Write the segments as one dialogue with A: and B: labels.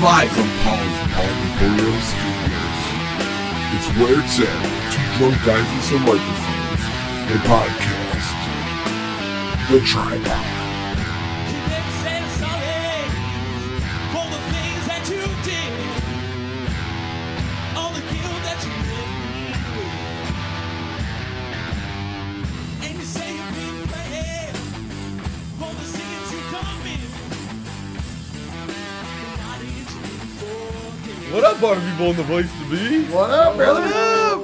A: Live from Paul's Auditorium Studios. It's where it's at. Two drunk guys and some microphones. A podcast. The Tripod.
B: What up, party people in the place to be?
C: What up, brother?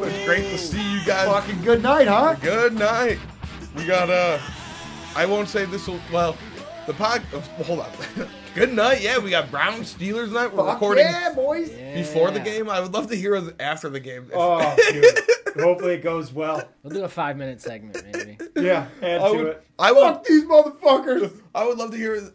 B: It's great to see you guys.
C: Fucking good night, huh?
B: Good night. We got uh, I won't say this will. Well, the pod. oh, Hold on. Good night. Yeah, we got Brown Steelers night. We're
C: Fuck
B: recording
C: yeah, boys.
B: before the game. I would love to hear us after the game. If-
C: Oh, dude. Hopefully it goes well.
D: We'll do a five minute segment, maybe.
C: Yeah, add
B: I
C: to
B: would.
C: it.
B: I
C: Fuck
B: would.
C: these motherfuckers.
B: I would love to hear.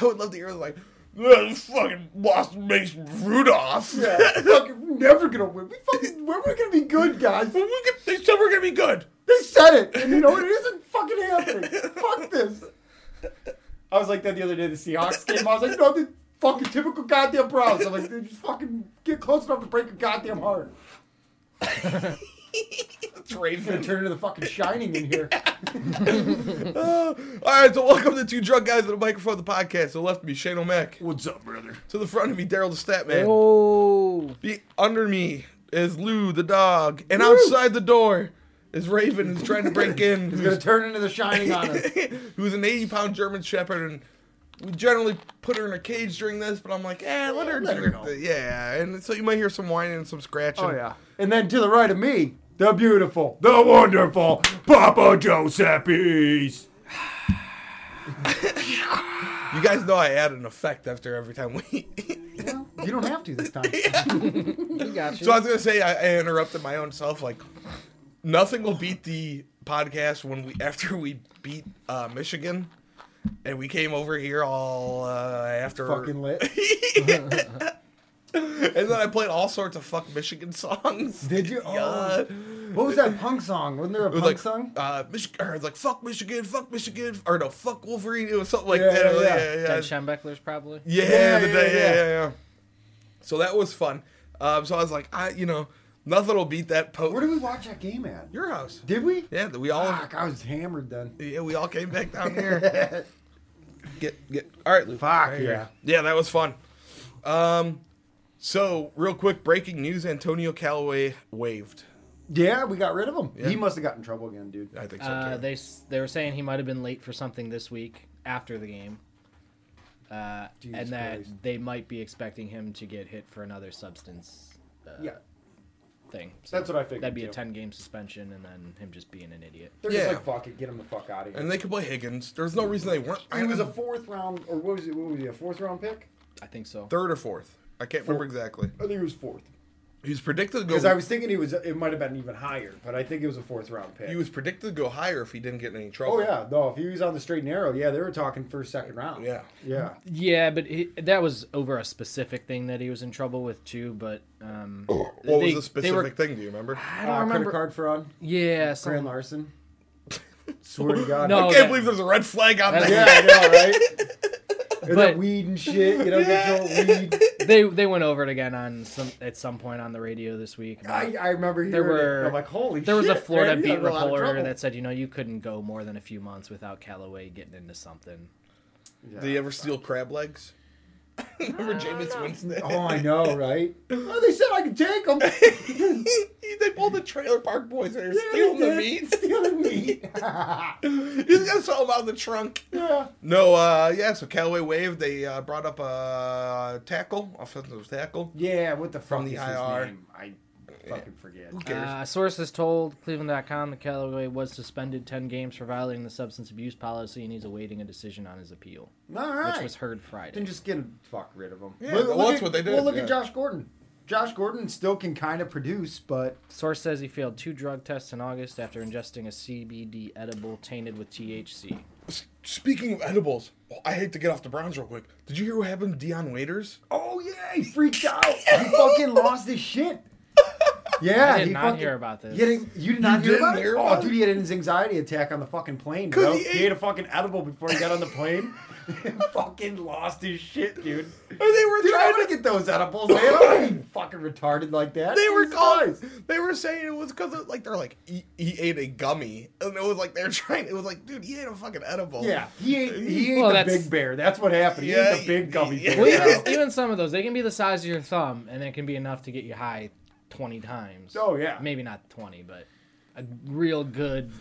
B: I would love to hear like. "Yeah, this fucking lost Mason Rudolph.
C: Yeah, fucking, we're never gonna win. We fucking, we're, we're gonna be good, guys.
B: But we can- they said we're gonna be good.
C: They said it, and you know what? It isn't fucking happening. Fuck this. I was like that the other day. The Seahawks game. I was like, no, the fucking typical goddamn Browns. I'm like, they just fucking get close enough to break your goddamn heart.
B: Trade
C: It's gonna turn into the fucking Shining in here.
B: All right, so welcome to Two Drunk Guys at the Microphone, the podcast. To the left of me, Shane O'Mac.
C: What's up, brother?
B: To the front of me, Daryl the Stat Man.
D: Oh,
B: Be- under me is Lou the dog, and outside the door is Raven, who's trying to break in.
C: It's gonna
B: who's,
C: turn into the Shining on us.
B: who's an 80 pound German Shepherd, and we generally put her in a cage during this, but I'm like, eh, let her
C: Let
B: do
C: her
B: her
C: go.
B: thing. Yeah, and so you might hear some whining and some scratching.
C: Oh yeah. And then to the right of me, the beautiful, the wonderful Papa Giuseppe's.
B: You guys know I add an effect after every time we.
C: Well, you don't have to this time.
D: we got you.
B: so I was going to say, I, I interrupted my own self, like, nothing will beat the podcast when we after we beat uh, Michigan. And we came over here all uh, after
C: Fucking lit.
B: And then I played all sorts of fuck Michigan songs.
C: Did you?
B: Yeah.
C: Oh. What was that punk song? Wasn't there a
B: It was
C: punk
B: like,
C: song?
B: uh, Michigan, or it's like fuck Michigan, fuck Michigan, or no, fuck Wolverine. It was something like
C: Yeah,
B: that.
C: yeah,
B: Yeah,
C: yeah.
B: yeah, yeah.
D: Ted Schembechler's probably.
B: Yeah,
C: Yeah,
B: the
C: yeah,
B: day- yeah,
C: yeah.
B: yeah, yeah. So that was fun. Um, so I was like, I, you know, nothing will beat that
C: Where
B: post.
C: did we watch that game at?
B: Your house.
C: Did we?
B: Yeah, we all,
C: Fuck, I was hammered then.
B: yeah, we all came back down here. get, get. All right, Lou.
C: Fuck yeah.
B: Yeah, that was fun. Um, so real quick, breaking news: Antonio Callaway waived.
C: Yeah, we got rid of him. He must have got in trouble again, dude.
B: I think so.
D: Uh,
B: too.
D: they s- they were saying he might have been late for something this week after the game, uh,
C: Jesus
D: and that
C: Christ.
D: they might be expecting him to get hit for another substance uh,
C: Yeah.
D: thing. So
C: That's what I figured.
D: that'd be a
C: too.
D: ten game suspension, and then him just being an idiot.
C: They're
B: Yeah.
C: just like, fuck it, get him the fuck out of here.
B: And they could play Higgins. There's no reason they weren't.
C: he was a fourth round, or what was it? What was he? A fourth round pick?
D: I think so.
B: third or fourth. I can't remember exactly.
C: I think he was fourth.
B: He was predicted to go.
C: Because I was thinking he was, it might have been even higher, but I think it was a fourth round pick.
B: he was predicted to go higher if he didn't get in any trouble.
C: oh yeah, no, if he was on the straight and narrow, yeah, they were talking first, second round.
B: Yeah.
C: yeah.
D: Yeah, but he, that was over a specific thing that he was in trouble with too. But um,
B: What
D: they-
B: was the
D: they
B: specific
D: were-
B: thing? Do you remember?
D: I
C: Uh,
D: don't
C: Credit
D: remember.
C: card fraud,
D: Yeah, some-
C: Fran Larson. Swear to God.
B: I
D: No. Oh,
B: can't
D: that-
B: believe there's a red flag on
D: That's-
B: that.
C: Yeah, I know, right? and
D: But-
C: that weed and shit, you know, get your weed.
D: they they went over it again on some at some point on the radio this week. about-
C: I, I remember hearing
D: There were-
C: it. I'm like, holy
D: there was
C: shit.
D: a Florida
C: man, he's
D: beat
C: in a lot of
D: reporter
C: trouble.
D: that said, you know, you couldn't go more than a few months without Callaway getting into something.
C: Yeah.
B: Did he ever steal crab legs? remember Jameis Winston?
C: Oh, I know, right? Oh, they said I could take them.
B: they pulled the trailer park boys and they're stealing the meats.
C: Stealing meat.
B: He's gonna sell them out of the trunk.
C: yeah.
B: No, uh, yeah. So Callaway waved. They uh, brought up a tackle, offensive tackle.
C: Yeah, what the fuck
B: From the
C: is
B: IR.
C: his name? I fucking forget.
B: Who cares?
D: Uh, sources told Cleveland.com that Callaway was suspended 10 games for violating the substance abuse policy and he's awaiting a decision on his appeal,
C: All
D: which
C: right.
D: was heard
C: Then
D: Friday.
C: just get him fuck rid of him.
B: Yeah, well, that's
C: at,
B: what they did,
C: Well, look
B: yeah.
C: at Josh Gordon. Josh Gordon still can kind of produce, but
D: Source says he failed two drug tests in August after ingesting a CBD edible tainted with THC.
B: S- Speaking of edibles, oh, I hate to get off the Browns real quick. Did you hear what happened to Dion Waiters?
C: oh yeah, he freaked out. he fucking lost his shit. Yeah,
D: I did
C: he
D: not
C: fucking-
D: hear about this.
C: You didn't, you did not hear
B: didn't
C: about
B: hear
C: it?
B: about
C: oh, dude, he had an anxiety attack on the fucking plane,
B: 'Cause
C: bro.
B: he
C: He,
B: ate-
C: ate a fucking edible before he got on the plane. fucking lost his shit, dude.
B: Or Oh, they were
C: Dude, I
B: trying
C: want
B: to.
C: to get those edibles, man. I'm not being fucking retarded like that.
B: They were
C: Jesus
B: calling.
C: Christ.
B: They were saying it was because like they're like he, he ate a gummy, and it was like they're trying. It was like, dude, he ate a fucking edible.
C: Yeah, he ate, he ate
D: Well,
C: the
D: that's-
C: big bear. That's what happened. He
B: Yeah,
C: ate the big gummy
B: yeah.
C: bear.
D: Well,
C: Yeah.
D: even, even some of those, they can be the size of your thumb, and it can be enough to get you high twenty times.
C: Oh, yeah.
D: maybe not twenty, but a real good,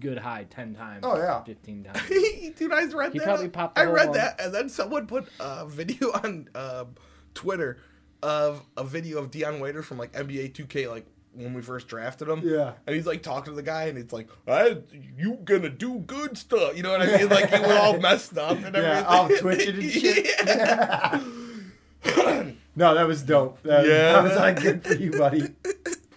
D: good high ten times.
C: Oh, yeah.
D: fifteen times.
B: dude, I read
D: He
B: that.
D: probably popped the
B: I
D: whole
B: read
D: one.
B: that, and then someone put a video on uh, Twitter of a video of Dion Waiter from like NBA 2K, like when we first drafted him.
C: Yeah.
B: and he's like talking to the guy, and it's like, I, "You gonna do good stuff?" You know what I mean? Like he was all messed up and everything.
C: Yeah, all twitching and shit.
B: Yeah.
C: No, that was dope. That
B: Yeah.
C: yeah, was, that was like, good for you, buddy.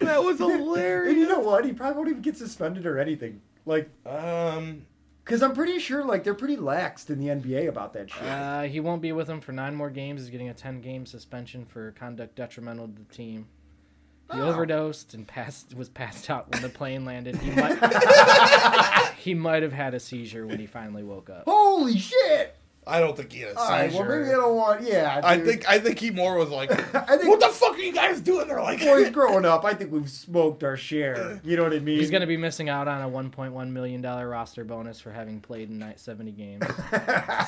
B: That was
C: And you
B: hilarious.
C: know what? He probably won't even get suspended or anything. Like,
B: um,
C: because I'm pretty sure like they're pretty laxed in the NBA about that shit.
D: Uh, he won't be with him for nine more games. He's getting a ten-game suspension for conduct detrimental to the team. He overdosed and passed was passed out when the plane landed. He might he might have had a seizure when he finally woke up.
C: Holy shit!
B: I don't think he had a
C: All right, well
B: seizure.
C: maybe I don't want. Yeah, dude.
B: I think I think he more was like,
C: I think-
B: "What the fuck are you guys doing?" They're like,
C: boys growing up, I think we've smoked our share. You know what I mean?
D: He's going to be missing out on a 1.1 million dollar roster bonus for having played in ni- 70 games.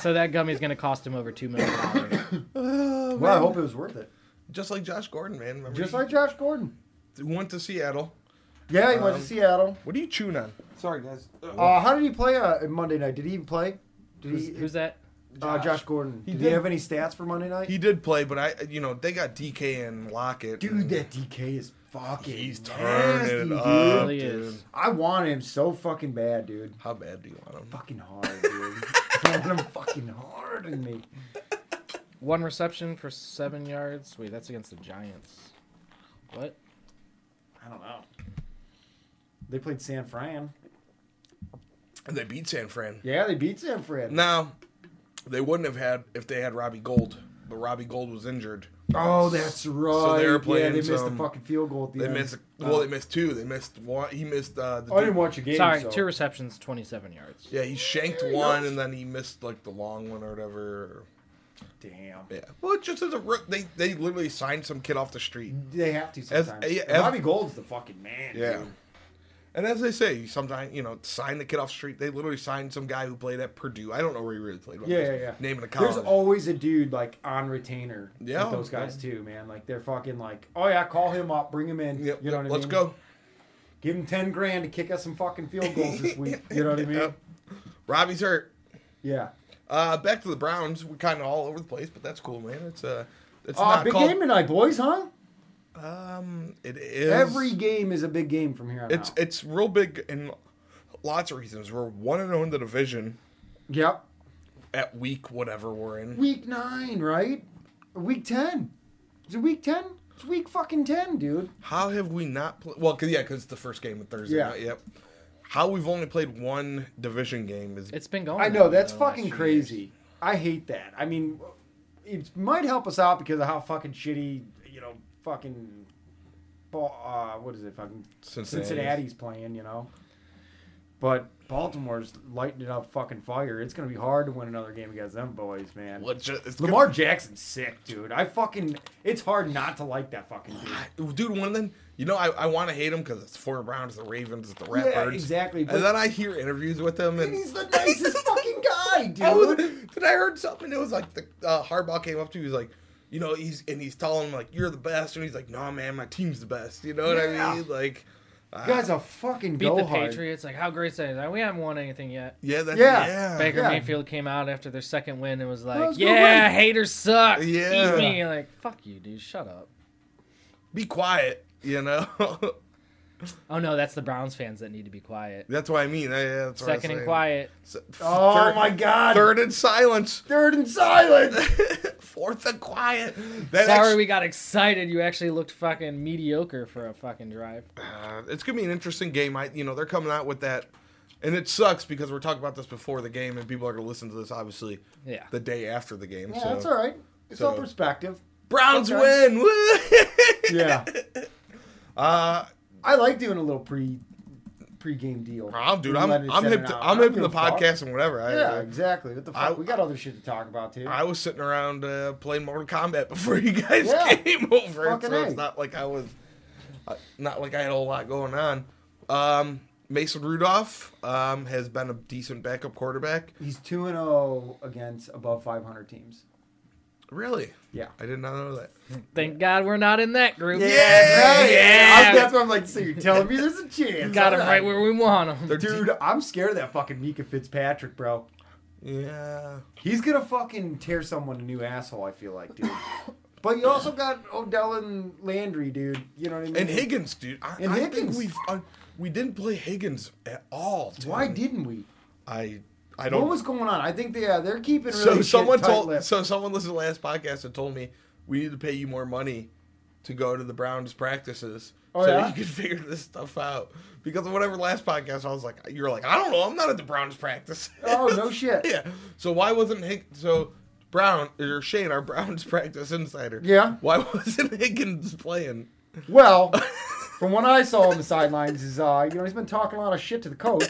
D: so that gummy's going to cost him over two million dollars.
B: "Uh,
C: Well, I
B: man."
C: hope it was worth it.
B: Just like Josh Gordon, man. Remember
C: Just
B: he
C: like Josh Gordon.
B: went to Seattle.
C: Yeah, he went
B: Um,
C: to Seattle.
B: What are you chewing on? Sorry, guys.
C: Uh, how did he play uh, Monday night? Did he even play? Did
D: Who's,
C: he?
D: who's that?
C: Uh,
B: Josh.
C: Josh Gordon.
B: He
C: did,
B: did.
C: he have any stats for Monday night?
B: he did play, but I, you know, they got DK and Lockett.
C: dude,
B: and
C: that DK is fucking.
B: He's
C: nasty,
B: turning
C: Oh, dude.
B: up,
D: Really
B: dude.
D: is.
C: I want him so fucking bad, dude.
B: How bad do you want him?
C: Fucking hard, dude. I want him fucking hard in me.
D: One reception for seven yards. Wait, that's against the Giants. What?
C: I don't know. They played San Fran.
B: And they beat San Fran.
C: Yeah, they beat San Fran.
B: Now, they wouldn't have had if they had Robbie Gold, but Robbie Gold was injured.
C: Oh, that's right.
B: they were
C: yeah,
B: playing
C: they missed
B: some-
C: a fucking field goal at the
B: They
C: end.
B: missed.
C: Oh.
B: Well, they missed two. They missed one. He missed uh, the.
C: I didn't watch your game.
D: Sorry,
C: so-
D: two receptions, 27 yards.
B: Yeah, he shanked one, and then he missed like the long one or whatever.
C: Damn.
B: Yeah. Well, it just as a ro- they they literally signed some kid off the street.
C: They have to sometimes.
B: yeah,
C: And
B: as-
C: Robbie Gold's the fucking man.
B: Yeah.
C: dude.
B: Mm. And as they say, sometimes you know, sign the kid off the street. They literally signed some guy who played at Purdue. I don't know where he really played. but I'm
C: Yeah,
B: just
C: yeah, yeah.
B: Naming a college.
C: There's always a dude like on retainer
B: Yeah.
C: with those guys too, man. Like they're fucking like, oh yeah, call him up, bring him in.
B: Yep,
C: You know
B: yep,
C: what
B: let's
C: I mean?
B: go.
C: Give him ten grand to kick us some fucking field goals this week. You know what I mean?
B: Yep. Robbie's hurt.
C: Yeah.
B: Uh, back to the Browns. We're kind of all over the place, but that's cool, man. It's uh, it's
C: Uh,
B: not
C: big
B: called.
C: game tonight, boys, huh?
B: Um, it is
C: Every game is a big game from here on
B: It's
C: out.
B: it's real big in lots of reasons. We're one and zero in the division
C: yep.
B: at week whatever we're in.
C: Week nine, right? Or Week ten. Is it week ten? It's week fucking ten, dude.
B: How have we not played? Well, cause, yeah, because it's the first game of Thursday.
C: Yeah.
B: night, Yep. How we've only played one division game is
D: It's been going.
C: I
D: that
C: know
D: way
C: Oh, that's
D: the last
C: fucking
D: few
C: crazy.
D: years.
C: I hate that. I mean, it might help us out because of how fucking shitty, you know, fucking, Ba- uh, what is it, fucking
B: Cincinnati.
C: Cincinnati's playing, you know. But Baltimore's lighting it up fucking fire. It's gonna be hard to win another game against them boys, man.
B: Well, it's ju- it's
C: Lamar Jackson's sick, dude. I fucking, it's hard not to like that fucking dude.
B: good. dude. One of them, you know, I, I want to hate him because it's four Browns, the Ravens, it's the Ratbirds,
C: exactly, but-
B: And then I hear interviews with him, and
C: He's "Oh." the nicest fucking guy, dude.
B: I was, then I heard something. It was like the uh, Harbaugh came up to. you, He's like, you know, he's and he's telling him like, "You're the best," and he's like, "Nah, man, my team's the best." You know what I
C: Yeah.
B: mean? Like, uh,
C: You guys are fucking
D: Beat
C: go
D: the
C: hard.
D: Patriots. Like, how great is that? Like, we haven't won anything yet.
B: yeah, that's
C: Yeah.
B: yeah,
D: Baker
C: Uh, Yeah.
D: Mayfield came out after their second win and was like,
C: Let's go
D: "Yeah,
C: win."
D: haters suck.
B: Yeah.
D: Eat me." You're Like, fuck you, dude. Shut up.
B: Be quiet. You know,
D: Oh no, that's the Browns fans that need to be quiet.
B: that's what I mean. Yeah, yeah, that's what I was
D: Second and
B: saying.
D: quiet.
B: Se- f-
C: Oh
B: third-
C: my god.
B: Third and silence.
C: Third and silent.
B: Fourth and quiet. That
D: Sorry,
B: actu-
D: we got excited. You actually looked fucking mediocre for a fucking drive.
B: Uh, it's gonna be an interesting game. I, you know, they're coming out with that, and it sucks because we're talking about this before the game, and people are gonna listen to this obviously
D: Yeah.
B: the day after the game.
C: Yeah,
B: so.
C: that's all right. It's
B: so-
C: all perspective.
B: Browns
C: Okay.
B: win. Woo!
C: Yeah.
B: Uh,
C: I like doing a little pre pre-game deal.
B: I'll, Oh, dude,
C: And
B: I'm
C: letting it
B: I'm
C: set
B: hip
C: it
B: to,
C: out.
B: I'm
C: I don't
B: hip to the
C: give a fuck.
B: podcast and whatever. I,
C: Yeah,
B: I-
C: exactly. What the
B: I-
C: fuck? we got other shit to talk about too.
B: I was sitting around uh, playing Mortal Kombat before you guys
C: Yeah.
B: came over,
C: Fucking
B: so it's
C: A.
B: not like I was, uh, not like I had a whole lot going on. Um, Mason Rudolph um, has been a decent backup quarterback.
C: He's two and zero against above 500 teams.
B: Really,
C: Yeah.
B: I did not know that.
D: Thank God we're not in that group.
B: Yeah.
C: Right.
D: Yeah.
C: I'm- that's what I'm like. So you're telling me there's a chance?
D: Got him
C: All
D: right where we want him.
B: They're
C: Dude, I'm scared of that fucking Mika Fitzpatrick, bro.
B: Yeah,
C: He's gonna fucking tear someone a new asshole. I feel like, dude. But you also got Odell and Landry, dude. You know what I mean?
B: and Higgins, dude. I,
C: And
B: I think
C: Higgins.
B: we've uh, we didn't play Higgins at all. dude.
C: Why didn't we?
B: I? I don't.
C: What was going on? I think they uh, they're keeping really
B: so
C: shit
B: someone
C: tight
B: told
C: lipped.
B: so someone listened to the last podcast and told me we need to pay you more money to go to the Browns practices
C: Oh,
B: so
C: yeah?
B: you can figure this stuff out. Because of whatever last podcast, I was like, you're like, I don't know, I'm not at the Browns practice.
C: Oh no shit.
B: yeah. So why wasn't Hick? So Brown or Shane, our Browns practice insider.
C: Yeah.
B: Why wasn't Higgins playing?
C: Well, from what I saw on the sidelines is uh, you know, he's been talking a lot of shit to the coach.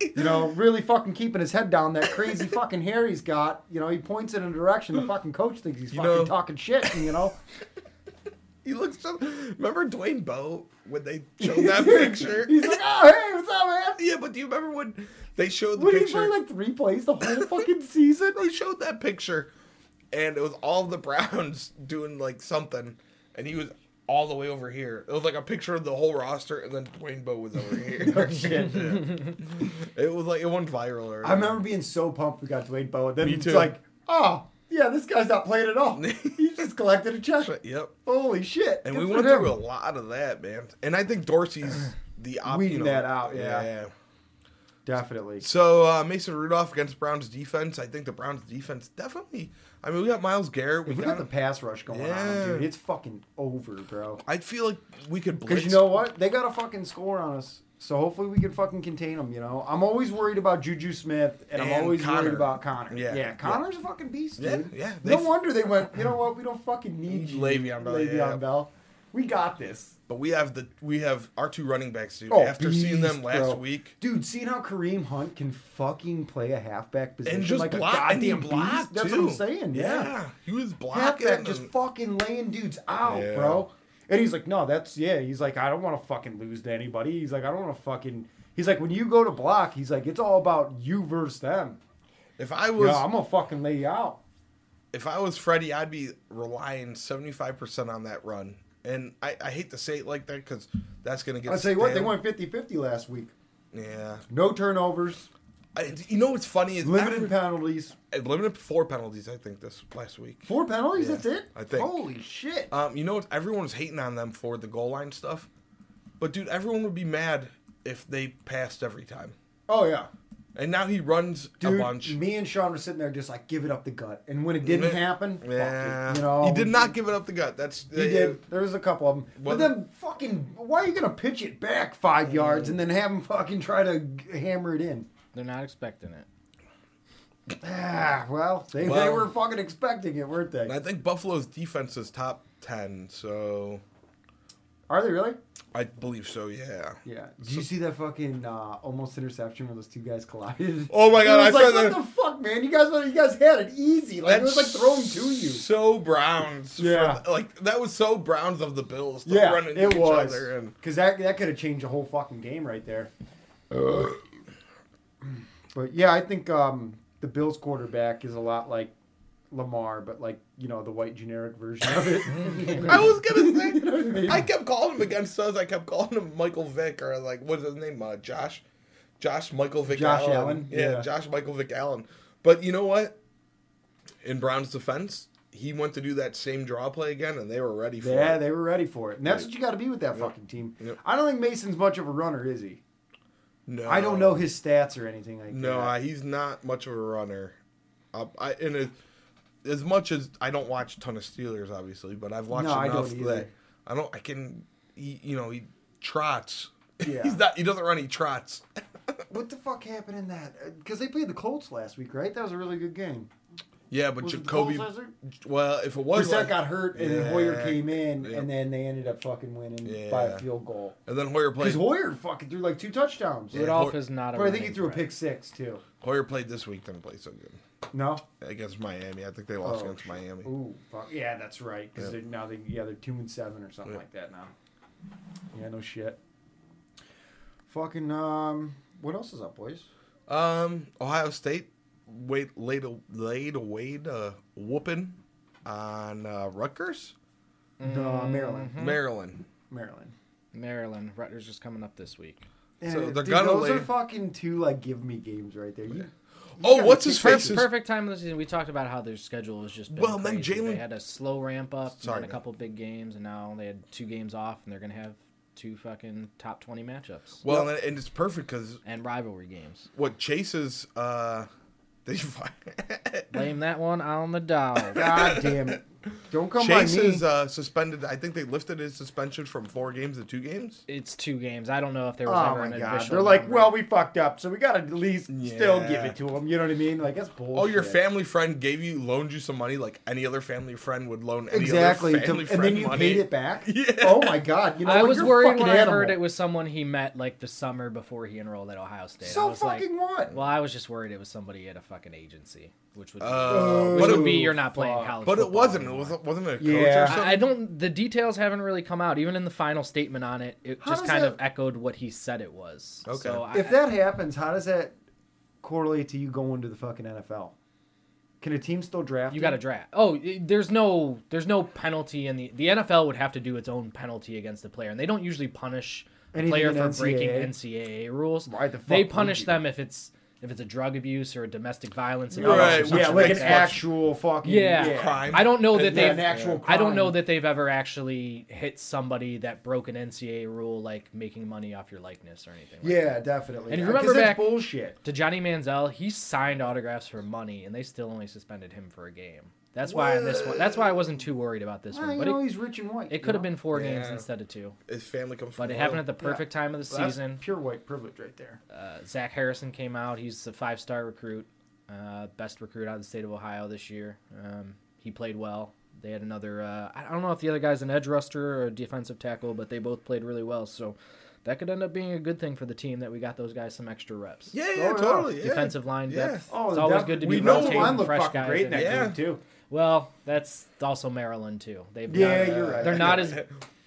C: You know, really fucking keeping his head down. That crazy fucking hair he's got. You know, he points in a direction. The fucking coach thinks he's
B: You
C: fucking
B: know-
C: talking shit. You know,
B: He looks. So, remember Dwayne Bowe when they showed that picture?
C: he's like, "Oh hey, what's up, man?"
B: yeah, but do you remember when they showed the
C: What did he
B: picture?
C: play like three plays the whole fucking season?
B: they showed that picture, and it was all the Browns doing like something, and he was all the way over here. It was like a picture of the whole roster, and then Dwayne Bowe was over here. It was like it went viral. Or
C: I remember being so pumped we got Dwayne Bowe. Then
B: Me
C: it's
B: too.
C: like, oh yeah, this guy's not playing at all. he just collected a check.
B: Yep.
C: Holy shit!
B: And
C: Good
B: we
C: for
B: went
C: him.
B: through a lot of that, man. And I think Dorsey's the op-
C: Weeding that out, yeah. Definitely.
B: So uh, Mason Rudolph against Browns defense. I think the Browns defense definitely. I mean, we got Miles Garrett. We
C: If we
B: got.
C: got the pass rush going
B: Yeah.
C: on, dude, it's fucking over, bro.
B: I feel like we could blitz.
C: Because you know what? They got a fucking score on us. So hopefully we can fucking contain them, you know? I'm always worried about Juju Smith, and,
B: And
C: I'm always
B: Connor.
C: worried about Connor.
B: Yeah.
C: Yeah,
B: Yeah.
C: Connor's a fucking beast,
B: Yeah,
C: dude.
B: yeah.
C: No
B: They-
C: wonder they went, you know what? We don't fucking need you.
B: Le'Veon Bell,
C: Le'Veon
B: yeah.
C: Bell. We got this.
B: But we have the we have our two running backs, dude.
C: Oh,
B: after seeing them
C: beast,
B: last
C: bro.
B: week,
C: Dude, seeing how Kareem Hunt can fucking play a halfback position
B: and just
C: like a
B: block and he
C: goddamn
B: blocked
C: beast. That's
B: too.
C: what I'm saying. yeah.
B: he was blocking.
C: halfback
B: And,
C: just fucking laying dudes out,
B: Yeah.
C: bro. And he's like, no, that's yeah. He's like, I don't want to fucking lose to anybody. He's like, I don't want to fucking. He's like, when you go to block, he's like, it's all about you versus them.
B: if I
C: Yeah,
B: was
C: I'm gonna fucking lay you out.
B: if I was Freddie, I'd be relying seventy five percent on that run. And I, I hate to say it like that because that's gonna get.
C: I say what they
B: stale.
C: went 50-50 last week.
B: Yeah,
C: No turnovers,
B: I, you know what's funny is
C: limited
B: every-
C: penalties,
B: limited four penalties. I think this last week.
C: four penalties.
B: Yeah,
C: that's it.
B: I think.
C: Holy shit!
B: Um, you know what? Everyone was hating on them for the goal line stuff, but dude, everyone would be mad if they passed every time.
C: oh yeah,
B: And now he runs a
C: dude.
B: bunch.
C: Me and Sean were sitting there just like, give it up the gut. And when it didn't
B: Yeah.
C: happen, fuck it,
B: Yeah.
C: you know,
B: he did not give it up the gut. That's
C: He did. There was a couple of them.
B: Was
C: but then fucking, why are you gonna pitch it back
B: Mm.
C: five yards and then have him fucking try to g- hammer it in?
D: They're not expecting it.
C: Ah, well, they, they
B: Well-
C: were fucking expecting it, weren't
B: And I
C: they?
B: think Buffalo's defense is top ten, so
C: Are they really?
B: I believe so. Yeah.
C: Yeah. Did you see that fucking uh, almost interception where those two guys collided?
B: Oh my God,
C: It was
B: I
C: like,
B: saw
C: what
B: that.
C: the fuck, man? You guys, you guys had it easy. Like it was like thrown to you.
B: So Browns. for-
C: Yeah.
B: like that was so Browns of the Bills. to
C: Yeah,
B: run into
C: it
B: each
C: was.
B: other and-
C: Because that that could have changed the whole fucking game right there. But yeah, I think um, the Bills quarterback is a lot like Lamar, but like you know the white generic version of it.
B: I was gonna say.
C: You know what I mean?
B: I kept calling him against us. I kept calling him Michael Vick or like what's his name? Uh, Josh, Josh Michael Vick.
C: Josh
B: Allen.
C: Allen,
B: Yeah,
C: yeah.
B: Josh Michael Vick Allen. But you know what? In Brown's defense, he went to do that same draw play again, and they were ready for
C: yeah,
B: it.
C: they were ready for it, and that's what you got to be with that fucking team.
B: Yep.
C: I don't think Mason's much of a runner, is he?
B: no,
C: I don't know his stats or anything like
B: Uh, No,
C: that.
B: I, he's not much of a runner. Uh, I and it, as much as I don't watch a ton of Steelers, obviously, but I've watched
C: No, I
B: enough
C: don't
B: that
C: either.
B: I don't. I can, he, you know, he trots.
C: Yeah.
B: he's not. He doesn't run. He trots.
C: Uh, What the fuck happened in that? Because they played the Colts last week, right? That was a really good game.
B: Yeah, but
C: Was it the
B: Jacoby.
C: Colchester?
B: Well, if it was,
C: Brissett
B: like-
C: got hurt, and then Hoyer
B: Yeah.
C: came in,
B: Yeah.
C: and then they ended up fucking winning by
B: Yeah.
C: a field goal.
B: and then Hoyer played.
C: Because Hoyer fucking threw like two touchdowns.
B: Yeah.
D: Rudolph
B: Hor-
D: is not a.
C: But I think he
D: running
C: threw a
D: threat.
C: pick six too.
B: Hoyer played this week. Didn't play so good
C: No.
B: against Miami. I think they lost
C: Oh,
B: against
C: shit.
B: Miami.
C: Ooh, fuck. Yeah, that's right. Because they're now they yeah they're two and seven or something
B: Yeah.
C: like that now. Yeah, no shit. Fucking um, what else is up, boys?
B: Um, Ohio State wait laid a laid a way to whooping on uh, Rutgers,
C: No, uh, Maryland,
B: Maryland.
C: Maryland.
D: Maryland. Rutgers is coming up this week.
B: So
C: Eh,
B: they're
C: dude,
B: gonna
C: those are
B: win.
C: fucking two like give me games right there. You,
B: Oh, what's his
D: Per-
B: face? is-
D: perfect time of the season. We talked about how their schedule was just been
B: Well, then
D: crazy.
B: Jalen-
D: they had a slow ramp up,
B: Sorry,
D: Sorry, had a
B: man.
D: couple big games, and now they had two games off, and they're gonna have two fucking top twenty matchups
B: Well, and, and it's perfect because
D: and rivalry games.
B: what Chase's uh, they find
D: Blame that one on the dog.
C: God damn it! Don't come
B: Chase
C: by me.
B: is uh, suspended. I think they lifted his suspension from four games to two games.
D: It's two games. I don't know if there was
C: Oh
D: ever
C: my
D: an
C: god!
D: official.
C: They're like,
D: number.
C: well, we fucked up, so we gotta at least still give
B: Yeah.
C: it to them. You know what I mean? Like that's bullshit.
B: Oh, your family friend gave you loaned you some money like any other family friend would loan any
C: exactly,
B: other
C: to-
B: family
C: and
B: friend
C: then you
B: money.
C: paid it back. Oh my god! You know
D: I
C: what?
D: was
C: You're a
D: worried
C: fucking
D: when I
C: animal.
D: heard it was someone he met like the summer before he enrolled at Ohio State. I
C: So
D: was like,
C: fucking what?
D: well, I was just worried it was somebody at a fucking agency, which would be,
B: Uh,
C: Oh,
D: which
B: but
D: would
B: it-
D: be you're not playing
C: fuck.
D: college.
B: But it
D: football
B: wasn't. It
D: anymore.
B: wasn't. Wasn't it a coach
C: Yeah.
B: or something?
D: I I don't. The details haven't really come out. Even in the final statement on it, it
C: How
D: just
C: does
D: kind
C: that-
D: of echoed what he said it was.
B: Okay.
D: So I,
C: if that happens, how does that correlate to you going to the fucking NFL? Can a team still draft?
D: you got to draft. Oh, i- there's no, there's no penalty in the the NFL would have to do its own penalty against the player, and they don't usually punish a
C: Anything
D: player
C: in
D: for breaking
C: NCAA?
D: NCAA rules.
C: Why the fuck
D: they
C: would
D: punish
C: you?
D: them if it's if it's a drug abuse or a domestic violence. and all that
B: Right,
D: shit.
B: which
C: Yeah, like
B: makes
C: an
B: much-
C: actual fucking
D: Yeah.
B: Crime.
D: I don't know that
B: And
D: they've.
C: yeah, an actual
D: I don't know
C: crime.
D: that they've ever actually hit somebody that broke an NCAA rule, like making money off your likeness or anything. Like
C: Yeah, definitely.
D: And you
C: Yeah, 'cause
D: remember
C: that's
D: back-
C: bullshit.
D: to Johnny Manziel, he signed autographs for money, and they still only suspended him for a game. That's why in this one. That's why I wasn't too worried about this
C: Well,
D: one.
C: you
D: But
C: know
D: it,
C: he's rich and white.
D: it could have been four games
B: Yeah.
D: instead of two.
B: His family comes from.
D: But it happened
B: oil.
D: at the perfect time of the season.
C: pure white privilege right there.
D: Uh, Zach Harrison came out. He's a five-star recruit, uh, best recruit out of the state of Ohio this year. Um, he played well. They had another. Uh, I don't know if the other guy's an edge rusher or a defensive tackle, but they both played really well. So that could end up being a good thing for the team that we got those guys some extra reps.
B: Yeah, yeah,
C: Oh, yeah.
B: totally. Yeah.
D: defensive line
B: Yeah.
D: depth.
C: Oh,
D: it's always
C: def-
D: good to
B: we
D: be
B: know
D: rotating
B: mine
C: looked
D: fresh
C: fucking
D: guys.
C: great in
D: in.
C: that
B: Yeah.
C: game too.
D: Well, that's also Maryland too. They've
C: Yeah,
D: not, uh,
C: you're right.
D: They're not as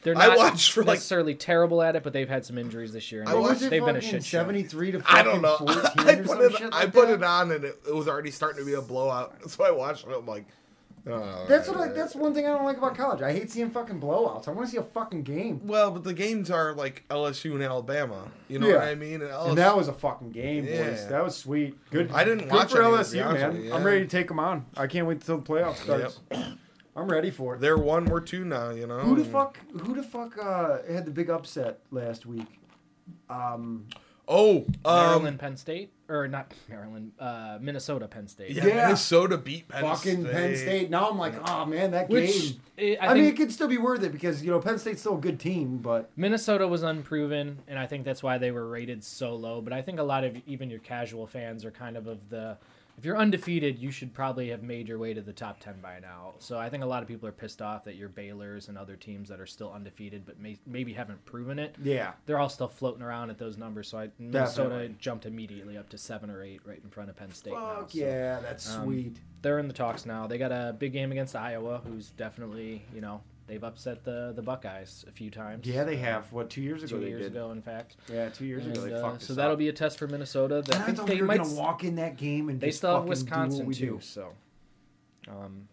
D: they're
B: I
D: not
B: watched for, like-
D: necessarily terrible at it, but they've had some injuries this year. And
B: I
D: they've-
B: watched-
D: they've been a shit show.
C: Seventy-three to fucking
B: I don't know.
C: fourteen
B: I
C: or
B: put
C: some
B: it.
C: shit
B: I
C: like
B: put
C: that.
B: it on, and it, it was already starting to be a blowout. So I watched it. I'm like, oh,
C: That's what. I, that's one thing I don't like about college. I hate seeing fucking blowouts. I want to see a fucking game.
B: Well, but the games are like LSU and Alabama. You know
C: Yeah.
B: what I mean? And LSU,
C: And that was a fucking game, boys.
B: Yeah.
C: That was sweet. Good.
B: I didn't
C: good
B: watch
C: for
B: any of it, to
C: LSU,
B: be honest
C: man.
B: with you,
C: I'm
B: yeah.
C: ready to take them on. I can't wait until the playoffs starts. I'm ready for it.
B: they're one, we're two now. You know.
C: Who the
B: and-
C: fuck? Who the fuck uh, had the big upset last week? Um,
B: Oh, um,
D: Maryland, Penn State, or not Maryland, uh, Minnesota, Penn State.
B: yeah,
C: Yeah.
B: Minnesota beat Penn
C: fucking
B: State.
C: Penn State. Now I'm like, oh man, that
D: Which
C: game.
D: eh,
C: I,
D: I,
C: mean,
D: think
C: it could still be worth it because you know Penn State's still a good team, but
D: Minnesota was unproven, and I think that's why they were rated so low. But I think a lot of even your casual fans are kind of of the if you're undefeated, you should probably have made your way to the top 10 by now. So I think a lot of people are pissed off that your Baylor's and other teams that are still undefeated but may, maybe haven't proven it.
C: yeah,
D: They're all still floating around at those numbers. So I, Minnesota
C: Definitely.
D: jumped immediately up to seven or eight right in front of Penn State. now.
C: fuck
D: So
C: yeah, that's
D: um,
C: sweet.
D: They're in the talks now. They got a big game against Iowa, who's definitely, you know, they've upset the, the Buckeyes a few times.
C: Yeah, they have what two years ago
D: Two
C: they
D: years
C: did.
D: ago, in fact.
C: Yeah, two years ago
D: And,
C: they
D: uh,
C: fucked
D: so
C: us
D: that'll
C: up.
D: be a test for Minnesota.
C: And
D: That I
C: I,
D: think
C: thought
D: they
C: we were
D: might.
C: gonna walk in that game and
D: They
C: just
D: still
C: fucking do
D: have
C: what
D: Wisconsin
C: we
D: too.
C: do.
D: So um,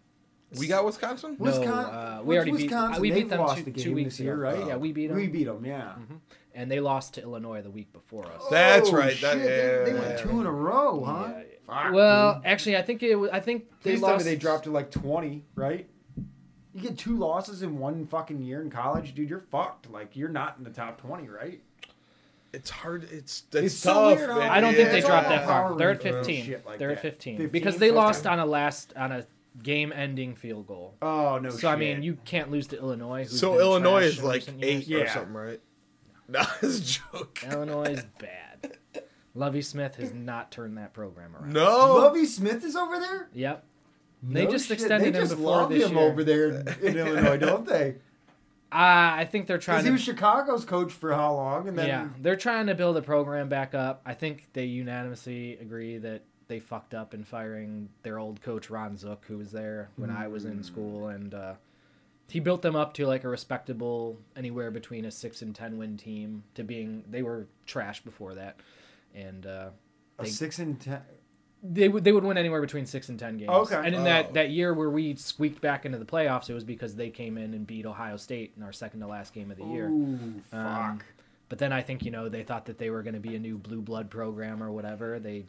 B: We got Wisconsin.
D: No,
C: Wisconsin,
D: uh, we already beat-
C: Wisconsin.
D: we beat
C: They've
D: them
C: lost
D: two-
C: the
D: two
C: game
D: weeks
C: this year,
D: ago.
C: right?
D: Yeah, we beat 'em.
C: We beat them. Yeah.
D: Mm-hmm. and they lost to Illinois the week before us.
B: That's
C: Oh,
B: right, that-
C: shit, they,
B: yeah,
C: they
B: yeah,
C: went
B: yeah.
C: two in a row, huh?
D: Yeah,
C: Fuck,
D: Well,
C: dude.
D: actually, I think it. Was, I think they
C: Please tell me
D: lost.
C: they dropped to like twenty, right? You get two losses in one fucking year in college, dude. You're fucked. Like you're not in the top twenty, right?
B: It's hard. It's
C: It's
B: it's,
C: so
B: tough.
C: weird,
B: man.
C: huh?
D: I don't think
C: Yeah,
D: they
C: it's
D: dropped
C: all
D: that far.
C: power
D: They're at
C: rankings and
D: 15.
C: shit like
D: They're at
C: that.
D: 15,
C: 15,
D: because they
C: okay.
D: lost on a last on a game-ending field goal.
C: Oh no.
D: so
C: shit.
D: I mean, you can't lose to Illinois. who's
B: So
D: been
B: Illinois
D: trash
B: is
D: in
B: like
D: recent
B: eight
D: years.
B: or
C: Yeah.
B: something, right? No, it's a joke.
D: Illinois is bad. Lovey Smith has not turned that program around.
C: Oh,
B: No,
C: Lovey Smith is over there.
D: Yep. They
C: No
D: just
C: shit,
D: extended
C: they
D: him
C: just
D: before
C: love
D: this
C: him
D: year.
C: over there in, in Illinois, don't they?
D: Uh, I think they're
C: Because
D: trying
C: he
D: to.
C: was Chicago's coach for how long? And then
D: yeah, they're trying to build a program back up. I think they unanimously agree that they fucked up in firing their old coach Ron Zook, who was there when I was in school,
C: Mm.
D: and uh, he built them up to like a respectable, anywhere between a six and ten win team. To being they were trash before that, and uh,
C: a
D: they-
C: six and ten.
D: they would they would win anywhere between six and ten games.
C: Okay.
D: And in
B: Oh.
D: that, that year where we squeaked back into the playoffs, it was because they came in and beat Ohio State in our second to last game of the year.
C: Ooh, fuck.
D: Um, But then I think you know they thought that they were going to be a new blue blood program or whatever. They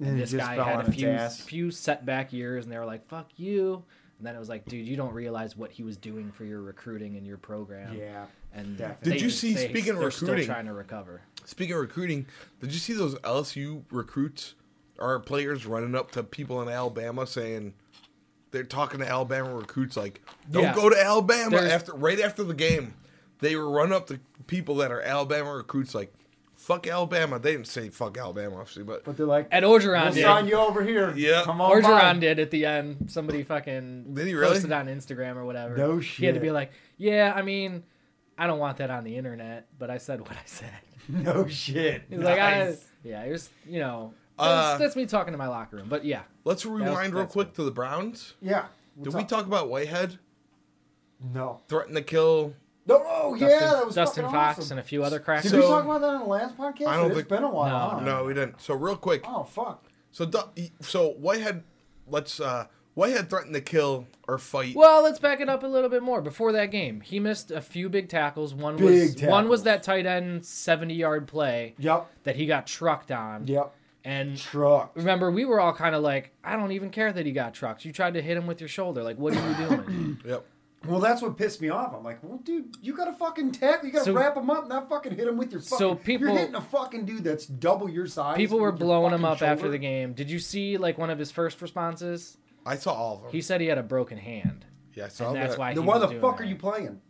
C: And it
D: this
C: just
D: guy
C: fell
D: had
C: on
D: a
C: its
D: few
C: ass.
D: few setback years, and they were like, "Fuck you." And then it was like, dude, you don't realize what he was doing for your recruiting and your program.
C: yeah.
D: And
C: Definitely.
D: they-
B: Did you see-
D: they-
B: speaking of
D: they're
B: recruiting-
D: still trying to recover.
B: Speaking of recruiting, did you see those LSU recruits or players running up to people in Alabama saying they're talking to Alabama recruits like, "Don't
D: Yeah.
B: go to Alabama."
D: There's-
B: After right after the game, they were running up to people that are Alabama recruits like, "Fuck Alabama." They didn't say "fuck Alabama," obviously, but
C: But they're like,
D: And Orgeron
C: we'll
D: did.
C: sign you over here.
B: Yeah.
C: Come on.
D: Orgeron
C: by.
D: did at the end. Somebody fucking
B: Oh, Did he really?
D: posted on Instagram or whatever.
C: No
D: He had to
C: shit.
D: be like, yeah, I mean, I don't want that on the internet, but I said what I said.
C: No shit.
D: He's like, I,
C: Nice.
D: yeah, here's, you know,
B: Uh,
D: that's, that's me talking to my locker room. But yeah,
B: let's rewind real
D: that's
B: quick
D: good.
B: to the Browns.
C: Yeah.
B: Did
C: What's
B: we
C: up?
B: talk about Whitehead
C: No.
B: threatened to kill?
C: No. Oh, yeah.
D: Dustin,
C: That was
D: Dustin
C: fucking
D: Fox
C: awesome.
D: and a few other cracks.
C: Did
B: So-
C: we talk about that on the last podcast?
B: I don't
C: It's
B: think-
C: been a while. huh?
B: No, we didn't. So real quick,
C: Oh fuck.
B: so Du- so Whitehead, let's uh Whitehead threatened to kill or fight.
D: Well, let's back it up a little bit more. Before that game, he missed a few big tackles. One was
C: Big
D: one
C: tackles.
D: was that tight end seventy yard play
C: Yep.
D: that he got trucked on.
C: Yep.
D: And
C: Truck.
D: remember, we were all kind of like, I don't even care that he got trucked. You tried to hit him with your shoulder. Like, what are you doing?
B: Yep.
C: Well, that's what pissed me off. I'm like, well, dude, you gotta fucking tackle. You gotta
D: So-
C: wrap him up, not fucking hit him with your fucking.
D: So
C: you're
D: people-
C: hitting a fucking dude that's double your size.
D: People were
C: with your
D: blowing him
C: fucking
D: up after
C: shoulder.
D: the game. Did you see like one of his first responses?
B: I saw all of them.
D: He said he had a broken hand.
B: yeah, I saw
D: And that's
B: that.
D: why
C: Then
D: he
C: why
D: was
C: the
D: doing
C: fuck
D: that.
C: are you playing?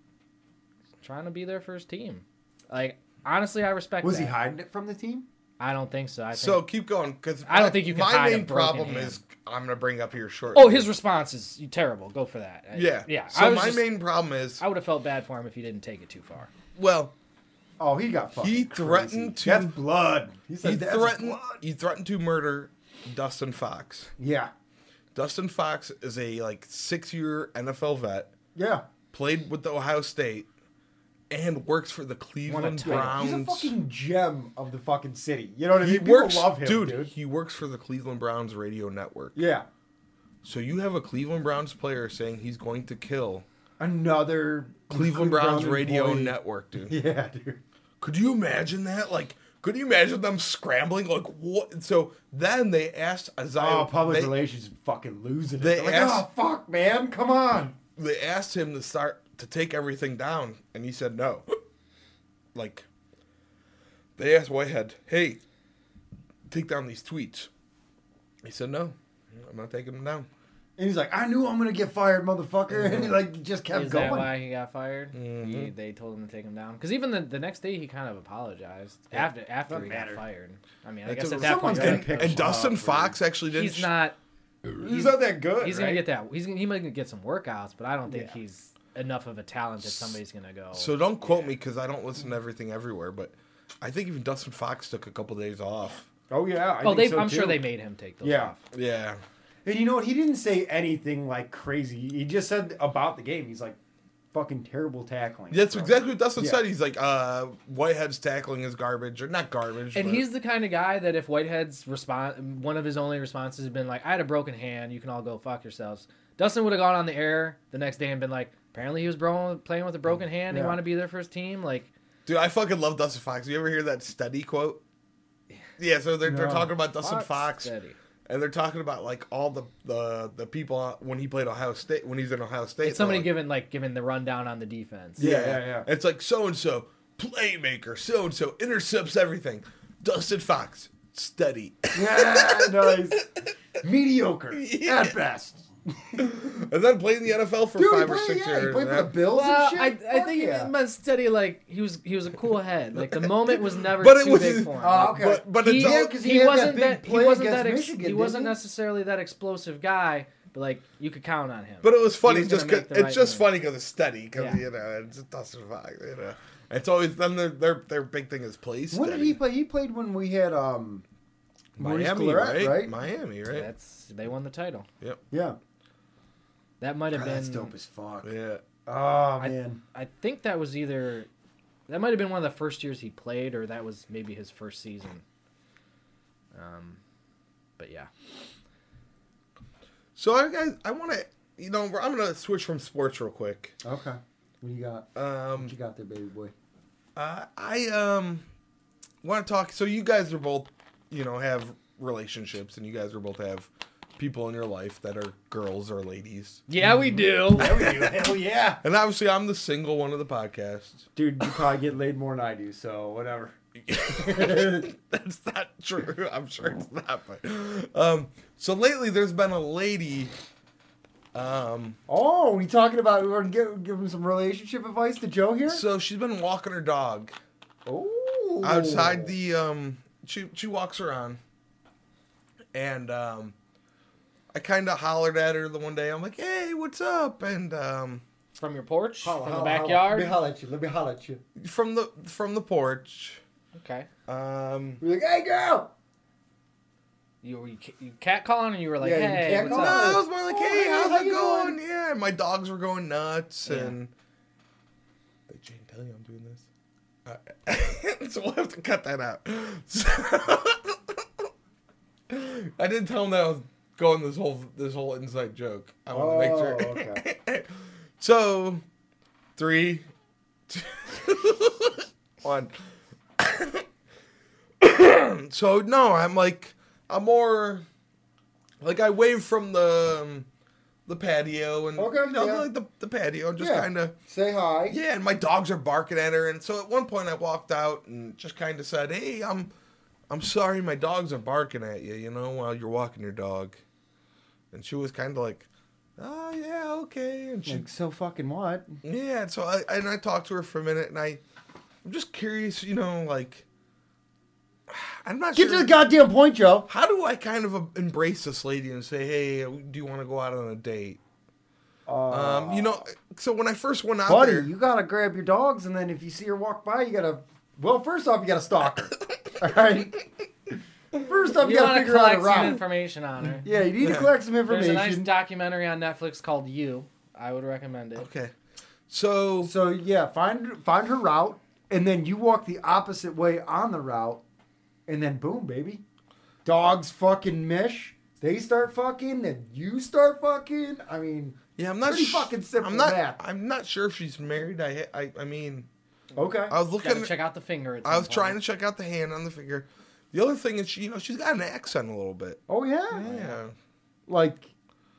D: trying to be their first team? Like, honestly, I respect.
C: Was
D: that.
C: he hiding it from the team?
D: I don't think so. I think
B: So keep going because
D: I don't think you can
B: My
D: hide a
B: main
D: broken
B: problem
D: hand.
B: is I'm gonna bring up here short.
D: Oh, his response is terrible. Go for that. I-
B: yeah
D: yeah. I
B: So
D: was
B: my
D: just-
B: main problem is
D: I would have felt bad for him if he didn't take it too far.
B: well
C: Oh, he got fucking.
B: He
C: crazy.
B: threatened to-
C: That's blood. He said
B: he
C: that's
B: threatened
C: blood.
B: he threatened to murder Dustin Fox.
C: Yeah.
B: Dustin Fox is a like six year NFL vet,
C: Yeah.
B: played with the Ohio State, and works for the Cleveland
D: title.
C: He's a
B: Browns.
C: fucking gem of the fucking city. You know what I mean?
B: he
C: People
B: works,
C: love him,
B: dude,
C: dude.
B: He works for the Cleveland Browns radio network.
C: Yeah.
B: So you have a Cleveland Browns player saying he's going to kill
C: Another
B: Cleveland Browns radio
C: employee.
B: network, dude.
C: Yeah, dude.
B: Could you imagine that? Like, could you imagine them scrambling? Like, what? So then they asked Isaiah.
C: Oh, public
B: they,
C: relations is fucking losing it.
B: they
C: They're like,
B: asked-
C: oh fuck, man, come on.
B: they asked him to start to take everything down, and he said no. Like, they asked Whitehead, "Hey, take down these tweets." He said, "No, I'm not taking them down."
C: And he's like, I knew I'm gonna get fired, motherfucker. And he like just kept
D: Is
C: going.
D: that why he got fired? He, they told him to take him down because even the, the next day he kind of apologized after after
C: doesn't
D: he
C: matter.
D: got fired. I mean, I
B: That's
D: guess
B: a-
D: at that
C: someone's
D: point,
C: gonna
D: like,
B: and, and
C: pick him up,
B: Dustin
C: right?
B: Fox actually didn't.
D: he's not.
C: he's, not that good.
D: He's gonna get that. He's gonna, he might get some workouts, but I don't think
C: Yeah.
D: he's enough of a talent that somebody's gonna go.
B: So don't quote me because I don't listen to everything everywhere, but I think even Dustin Fox took a couple days off.
C: Oh yeah. I
D: oh,
C: think
D: they,
C: so,
D: I'm sure
C: too.
D: they made him take those
C: Yeah.
D: off.
B: Yeah.
C: And you know what? He didn't say anything like crazy. He just said about the game. He's like, fucking terrible tackling.
B: That's
C: Bro.
B: exactly what Dustin
C: Yeah.
B: said. He's like, uh, Whitehead's tackling is garbage, or not garbage.
D: And
B: but-
D: he's the kind of guy that if Whitehead's response, one of his only responses had been like, "I had a broken hand. You can all go fuck yourselves." Dustin would have gone on the air the next day and been like, "Apparently he was bro- playing with a broken hand. He
C: Mm. Yeah.
D: wanted to be their first team." Like,
B: dude. I fucking love Dustin Fox. You ever hear that study quote? Yeah, so they're, they're
C: No.
B: talking about Dustin
D: Fox
B: Fox,
D: study.
B: and they're talking about like all the, the the people when he played Ohio State when he's in Ohio State.
D: it's somebody
B: they're like,
D: giving like giving the rundown on the defense.
C: Yeah, yeah, yeah.
B: It's like so and so playmaker, so and so intercepts everything. Dustin Fox study,
C: Yeah, no, he's mediocre at best.
B: and then played in the NFL for
C: Dude, he
B: five or
C: played,
B: six
C: yeah, he
B: years.
C: played for the
B: man.
C: Bills
D: Well,
C: and shit.
D: I, I
C: Fuck
D: think he
C: yeah.
D: meant steady. Like he was he was a cool head. Like the moment was never
B: But it
D: too
B: was-
D: big for him.
C: Oh,
D: Like,
C: okay.
B: Uh, But but
D: he,
B: it's all,
C: Yeah, 'cause he had that big
D: wasn't that, he
C: play
D: wasn't
C: against
D: that ex-
C: Michigan,
D: he
C: didn't
D: wasn't
C: he?
D: necessarily that explosive guy. But like you could count on him.
B: But it was funny
D: was gonna
B: just 'cause-
D: make the
B: it's
D: right
B: just
D: move.
B: funny because it's steady because
D: Yeah.
B: you know it's Dustin Fox. You know, it's always them. Their their their big thing is play
C: When
B: steady.
C: did he play? He played when we had um, Maurice
B: Miami,
C: Claret,
B: right?
C: right?
B: Miami, right?
D: that's they won the title.
C: yeah.
D: That might have
C: God,
D: been
C: that's dope as fuck.
B: yeah.
C: Oh
D: I-
C: man,
D: I think that was either that might have been one of the first years he played, or that was maybe his first season. Um, but yeah,
B: So I guys, I want to. You know, we're- I'm gonna switch from sports real quick.
C: okay. What you got?
B: Um,
C: What you got there, baby boy?
B: Uh, I um want to talk. So you guys are both, you know, have relationships, and you guys are both have people in your life that are girls or ladies.
D: yeah, we
C: Mm-hmm.
D: do.
C: Hell yeah,
B: And obviously, I'm the single one of the podcast.
C: dude. You probably get laid more than I do, so whatever.
B: That's not true. I'm sure it's not. But um, so lately, there's been a lady. Um,
C: Oh, we talking about we were giving giving some relationship advice to Joe here?
B: so she's been walking her dog
C: oh,
B: outside the um she she walks around and um i kind of hollered at her the one day i'm like hey what's up and um
D: From your porch,
C: Holla,
D: from the
C: holla, Holla. Let
D: backyard.
C: me holler at you. Let me holler at you.
B: from the from the porch
D: Okay,
B: um
C: We're like, hey, girl.
D: you were you, ca- you cat calling, and you were like,
C: Yeah, you
D: hey,
C: cat
D: what's
B: no,
C: calling.
D: up?
B: I was more like,
C: Oh,
B: hey,
C: hey,
B: how's
C: how
B: it
C: you
B: going?
C: doing?
B: Yeah, my dogs were going nuts,
D: Yeah.
B: and did Jane tell you I'm doing this? Uh, so we'll have to cut that out. So- I didn't tell him that I was going this whole this whole inside joke. I want to
C: Oh,
B: make sure. so, three, two, one. so no, I'm like I'm more like I wave from the um, the patio and
C: Okay,
B: you know,
C: yeah.
B: like the, the patio and just
C: Yeah.
B: kind of
C: Say hi.
B: yeah, and my dogs are barking at her. And so at one point, I walked out and just kind of said, "Hey, I'm, I'm sorry, my dogs are barking at you, you know, while you're walking your dog." And she was kind of like, "Oh yeah, okay." And she,
C: Like, so fucking what?
B: yeah. And so I and I talked to her for a minute, and I, I'm just curious, you know, like, I'm not
C: Get
B: sure.
C: to the goddamn point, Joe.
B: how do I kind of uh, embrace this lady and say, "Hey, do you want to go out on a date?" Um, you know, so when I first went out
C: buddy,
B: there,
C: you gotta grab your dogs, and then if you see her walk by, you gotta. Well, first off, you gotta stalk her. All right. First off, you,
D: You
C: gotta
D: want to
C: figure out
D: collect
C: a
D: some
C: route.
D: information on her.
C: yeah, you need to collect some
D: There's
C: information.
D: a nice documentary on Netflix called You. I would recommend it.
B: okay, so
C: so yeah, find find her route, and then you walk the opposite way on the route, and then boom, baby, dogs fucking mesh. They start fucking, then you start fucking. I mean,
B: Yeah, I'm not
C: Pretty
B: sh-
C: fucking simple
B: I'm not.
C: math.
B: I'm not sure if she's married. I I, I mean,
C: okay.
B: I was
D: Gotta
B: looking.
D: check out the finger. at
B: I
D: some
B: was
D: point.
B: trying to check out the hand on the finger. The other thing is, she, you know, she's got an accent a little bit.
C: oh yeah,
B: Yeah.
C: like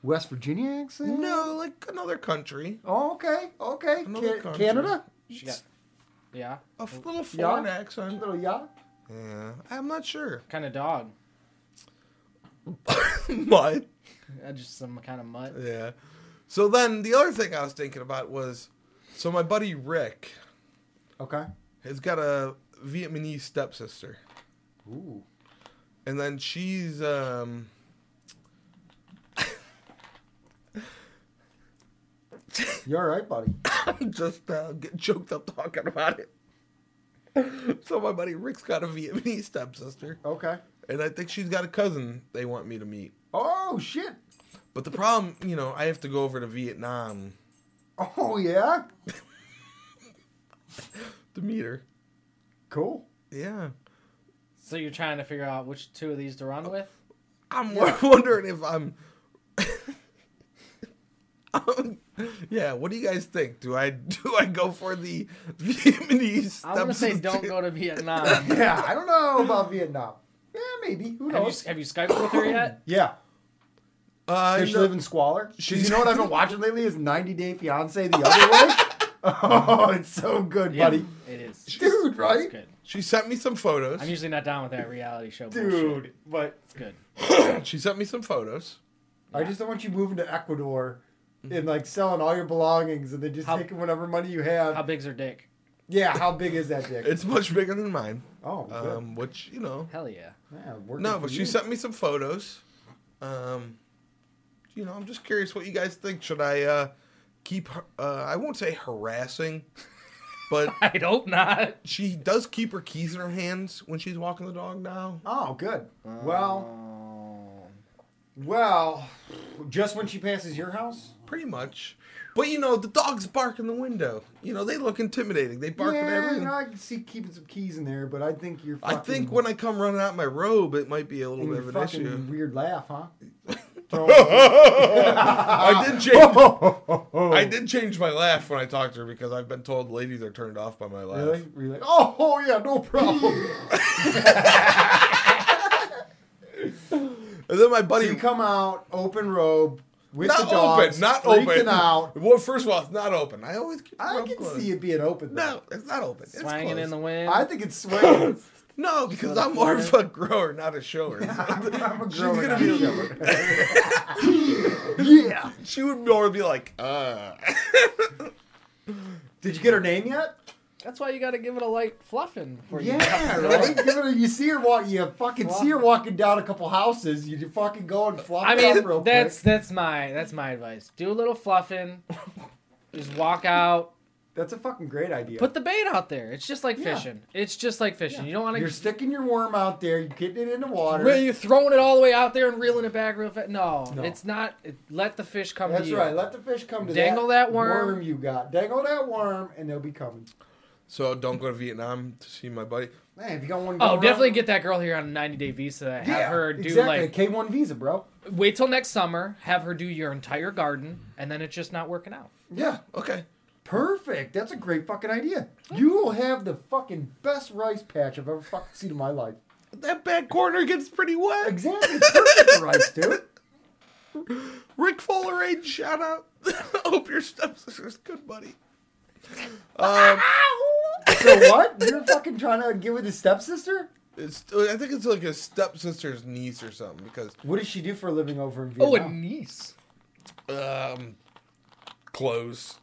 C: West Virginia accent.
B: No, like another country,
C: Oh, okay, okay.
B: Another
C: Ca-
B: country.
C: Canada?
D: She got, yeah.
B: a f- little foreign
C: Yeah.
B: accent.
C: Little yacht?
B: Yeah, I'm not sure.
D: Kind of dog.
B: but
D: Uh, Just some kind of mutt.
C: Uh,
B: yeah. So then the other thing I was thinking about was, so my buddy Rick
C: Okay.
B: has got a Vietnamese stepsister.
C: Ooh.
B: and then she's um
C: You all right, buddy?
B: I'm just uh, get choked up talking about it. So my buddy Rick's got a Vietnamese stepsister,
C: Okay.
B: and I think she's got a cousin they want me to meet.
C: Oh shit.
B: But the problem, you know, I have to go over to Vietnam
C: Oh yeah.
B: to meet her.
C: Cool.
B: Yeah,
D: So you're trying to figure out which two of these to
C: Oh,
D: run with?
B: I'm wo- wondering if I'm. Um, yeah, what do you guys think? Do I do I go for the Vietnamese?
D: I'm gonna say
B: stepsister?
D: don't go to Vietnam.
C: Yeah, I don't know about Vietnam. Yeah, maybe. Who
D: have, you,
C: knows?
D: have you skyped with her yet?
C: Yeah.
B: Uh,
C: Does she
B: no.
C: live in squalor? 'Cause
B: She's-
C: you know what I've been watching lately is 90 Day Fiance the other way. Oh, it's so good, buddy.
D: it is.
C: Dude,
D: It's
C: right?
D: good.
B: she sent me some photos.
D: I'm usually not down with that reality show. bullshit.
C: Dude, but
D: it's good.
B: She sent me some photos.
C: I just don't want you moving to Ecuador and like selling all your belongings and then just
D: How-
C: taking whatever money you have.
D: How big's her dick?
C: yeah, how big is that dick?
B: It's much bigger than mine,
C: oh, good.
B: um, which you know.
D: Hell yeah.
C: yeah, working
B: No,
C: for
B: but she
C: you.
B: sent me some photos. Um, you know, I'm just curious what you guys think. Should I uh, keep? har- Uh, I won't say harassing, but
D: I hope not.
B: she does keep her keys in her hands when she's walking the dog now.
C: Oh, good. Well, well, just when she passes your house.
B: Pretty much. But you know, the dogs bark in the window. You know, they look intimidating. They bark at
C: yeah,
B: everything.
C: you know, I can see keeping some keys in there, but I think you're.
B: I
C: Fucking,
B: think when I come running out my robe, it might be a little
C: your
B: bit of an
C: fucking
B: issue.
C: weird laugh, huh?
B: I did change. I did change my laugh when I talked to her because I've been told ladies are turned off by my laugh.
C: Really? Were you like, oh, oh yeah, no problem.
B: And then my buddy,
C: you come out, open robe, with
B: not
C: the dogs,
B: open, not
C: freaking
B: open.
C: out.
B: Well, first of all, it's not open. I always. Keep the
C: I
B: robe
C: can
B: closed.
C: see it being open. Though.
B: No, it's not open. It's
D: Swinging
B: closed.
D: in the wind.
C: I think it's swinging.
B: No, because
D: not
B: I'm more of
D: fair.
B: a grower, not a shower.
C: I'm a
B: She's
C: grower,
B: gonna
C: not
B: be
C: a shower. yeah.
B: she would more be like, uh.
C: Did you get her name yet?
D: That's why you got to give it a light fluffing before you.
C: Yeah, right. Give it a- you see her walk. You fucking see her walking down a couple houses. You fucking go and flop
D: I
C: up real
D: mean,
C: quick.
D: that's that's my that's my advice. Do a little fluffing. Just walk out.
C: That's a fucking great idea.
D: Put the bait out there. It's just like
C: Yeah.
D: fishing. It's just like fishing. You don't want
C: You're
D: to.
C: sticking your worm out there. You're getting it in the water.
D: Where you're throwing it all the way out there and reeling it back real fast. No,
C: No.
D: it's not. It, let the fish come
C: That's
D: to you.
C: right. Let the fish come to
D: Dangle
C: that,
D: that worm.
C: you got. Dangle that worm, and they'll be coming.
B: so don't go to Vietnam to see my buddy.
C: Man, if you got one.
D: Oh,
C: going
D: definitely
C: around-
D: get that girl here on a 90 day visa. Have
C: Yeah,
D: her do
C: exactly.
D: like
C: K one visa, bro.
D: wait till next summer. Have her do your entire garden, and then it's just not working out.
C: Yeah,
B: Okay.
C: perfect. That's a great fucking idea. You will have the fucking best rice patch I've ever fucking seen in my life.
B: That back corner gets pretty wet.
C: Exactly, perfect for rice, dude.
B: Rick Fullerade, shout out. Hope your stepsister's good, buddy. Um,
C: So what? You're fucking trying to get with his stepsister?
B: it's, I think it's like his stepsister's niece or something because
C: What does she do for a living over in
D: Oh,
C: Vietnam?
D: a niece.
B: um, clothes.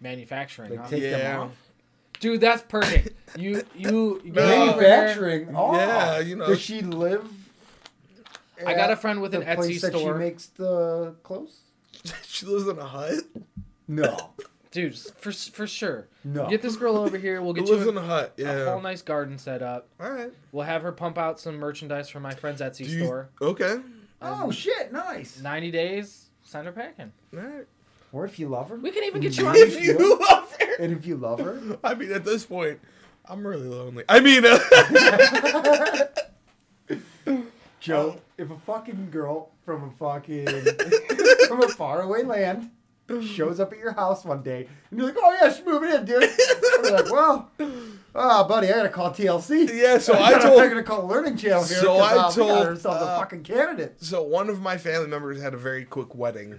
D: Manufacturing.
C: Like,
D: huh?
C: take them
B: Yeah.
C: off.
D: Dude, that's perfect. You you, you go over there.
C: Manufacturing. Oh.
B: Yeah, you know.
C: Does she live?
D: I got a
C: at
D: friend with an
C: the place
D: Etsy
C: that
D: store.
C: She makes the clothes.
B: she lives in a hut.
C: No,
D: Dude, for for sure.
C: No.
D: Get this girl over here. We'll
B: She
D: get
B: lives
D: you
B: in
D: a,
B: a hut.
D: a
B: Yeah.
D: whole nice garden set up.
B: All right.
D: We'll have her pump out some merchandise from my friend's Etsy
B: Do you-
D: store.
B: Okay.
C: Oh shit! Nice.
D: 90 days, send her packing.
B: All right.
C: Or if you love her,
D: We can even get you on
B: If you love her.
C: and if you love her,
B: I mean, at this point, I'm really lonely. I mean, uh,
C: Joe,
B: Oh.
C: if a fucking girl from a fucking from a faraway land shows up at your house one day, and you're like, "Oh yeah, she's moving in, dude," and you're like, "Well, ah, buddy, I gotta call TLC."
B: Yeah, so I
C: I'm
B: told-
C: gonna call Learning Channel here.
B: So
C: 'cause,
B: I
C: uh, we got
B: told,
C: ourselves a
B: uh,
C: fucking candidate.
B: so one of my family members had a very quick wedding.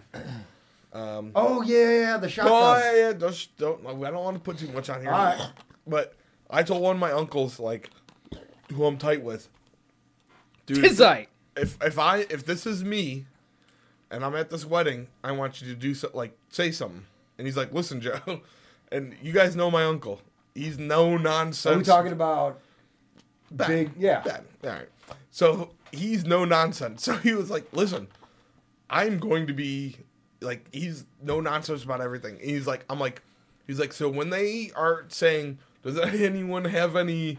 B: Um,
C: Oh yeah, yeah, the shotgun.
B: oh, yeah, yeah, just don't. I don't want to put too much on here.
C: All right.
B: But I told one of my uncles, like, who I'm tight with, dude. if-
D: Pizzite.
B: If if I if this is me, and I'm at this wedding, I want you to do so, like say something. And he's like, listen, Joe, and you guys know my uncle. He's no nonsense.
C: Are we talking about
B: Ben.
C: big? Yeah.
B: Ben. All right. So he's no nonsense. So he was like, listen, I'm going to be like, he's no nonsense about everything. And he's like, I'm like, he's like, so when they are saying, does anyone have any,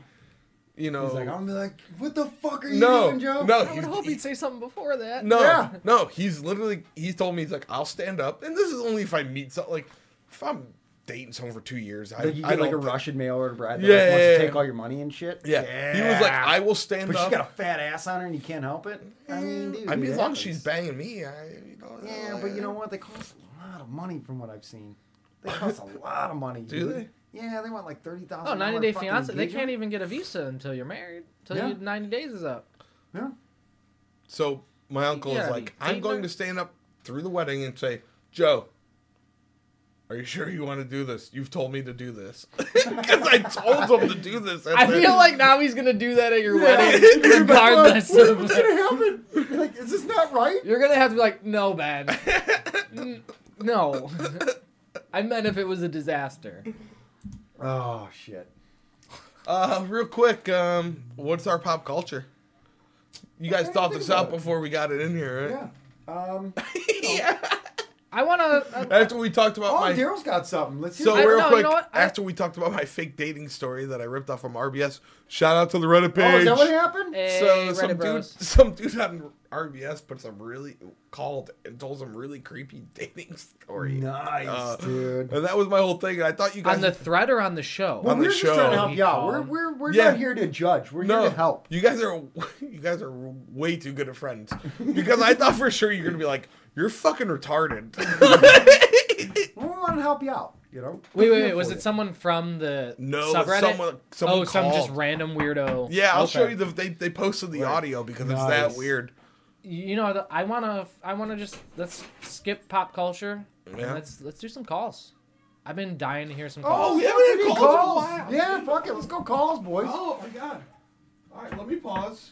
B: you know,
C: He's like, I'm gonna be like, "What the fuck are you
B: Oh. no,
C: doing, Joe?"
B: no,
D: I would
B: he's-
D: hope he'd say something before that.
B: no,
C: Yeah.
B: no, he's literally, he's told me, he's like, I'll stand up. And this is only if I meet something, like, if I'm dating someone for two years, I,
C: Like you
B: I
C: get like a
B: don't think-
C: Russian mail order bride that
B: Yeah,
C: like, wants
B: yeah,
C: to
B: yeah.
C: take all your money and shit.
B: Yeah. He was like, I will stand
C: But
B: up.
C: she's got a fat ass on her and you can't help it. I mean, dude,
B: I mean,
C: it
B: as long
C: happens.
B: as she's banging me, I, you know,
C: Yeah, but you know what? They cost a lot of money from what I've seen. They cost a lot of money.
B: Do
C: dude.
B: they?
C: Yeah, they want like thirty thousand.
D: Oh, 90 day fiance. They can't even get a visa until you're married. Until
C: Yeah.
D: you, 90 days is up.
C: Yeah.
B: So my uncle
D: Yeah,
B: is
D: I
B: like,
D: mean,
B: I'm
D: Dayton-
B: going to stand up through the wedding and say, Joe, are you sure you want to do this? You've told me to do this because I told him to do this.
D: I feel like now he's going to do that at your wedding,
C: You're like,
D: regardless
C: what,
D: of.
C: what's gonna happen? You're like, is this not right?
D: You're going to have to be like, no, man. N- no. I meant if it was a disaster.
C: Oh shit.
B: Uh, real quick, um, what's our pop culture? You guys
C: didn't
B: thought
C: think
B: this
C: about
B: out
C: it.
B: before we got it in here, right?
C: Yeah. Um,
B: yeah.
D: I want to.
B: After we talked about
C: oh,
B: my
C: Daryl's got something. Let's hear
B: So
C: it.
D: I-
B: real
D: no, you
B: quick,
D: know what? I-
B: after we talked about my fake dating story that I ripped off from RBS, shout out to the Reddit
C: Oh, is
B: page.
C: that what happened?
D: Eh.
B: so some dude,
D: bros.
B: some dude on RBS put some really called and told some really creepy dating story,
C: Nice,
B: Uh,
C: dude.
B: and that was my whole thing. And I thought you guys
D: on the thread or on the show.
C: Well,
B: on
C: we're
B: the
C: just
B: show,
C: trying to help
D: he
C: you out. We're,
D: called.
C: we're, we're
B: Yeah.
C: not here to judge. We're
B: no
C: here to help.
B: You guys are you guys are way too good of friends because I thought for sure you're gonna be like you're fucking retarded.
C: We want to help you out. You know.
D: Wait,
C: We're
D: wait,
C: here
D: wait. Was
C: for
D: it
C: you.
D: someone from the
B: No,
D: subreddit?
B: someone- someone
D: oh, some just
B: called.
D: random weirdo.
B: yeah, I'll show
D: Okay.
B: you the they they posted the audio because it's
C: Nice.
B: that weird.
D: You know, the- I wanna, I wanna just let's skip pop culture.
B: Yeah.
D: And let's let's do some calls. I've been dying to hear some
C: Oh,
D: calls.
C: we
B: yeah,
C: haven't
B: we
C: had
B: did
C: calls.
B: calls.
C: in a while. Oh. Yeah, fuck it. Let's go calls, boys.
B: Oh, my god! All right, let me pause.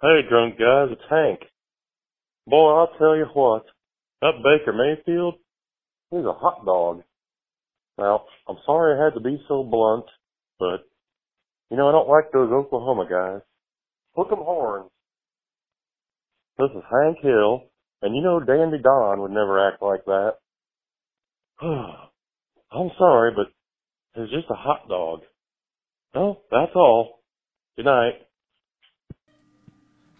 E: Hey, drunk guys, it's Hank. Boy, I'll tell you what, that Baker Mayfield, he's a hot dog. Now, I'm sorry I had to be so blunt, but, you know, I don't like those Oklahoma guys. Hook 'em horns. This is Hank Hill, and you know Dandy Don would never act like that. I'm sorry, but he's just a hot dog. Well, that's all. Good night.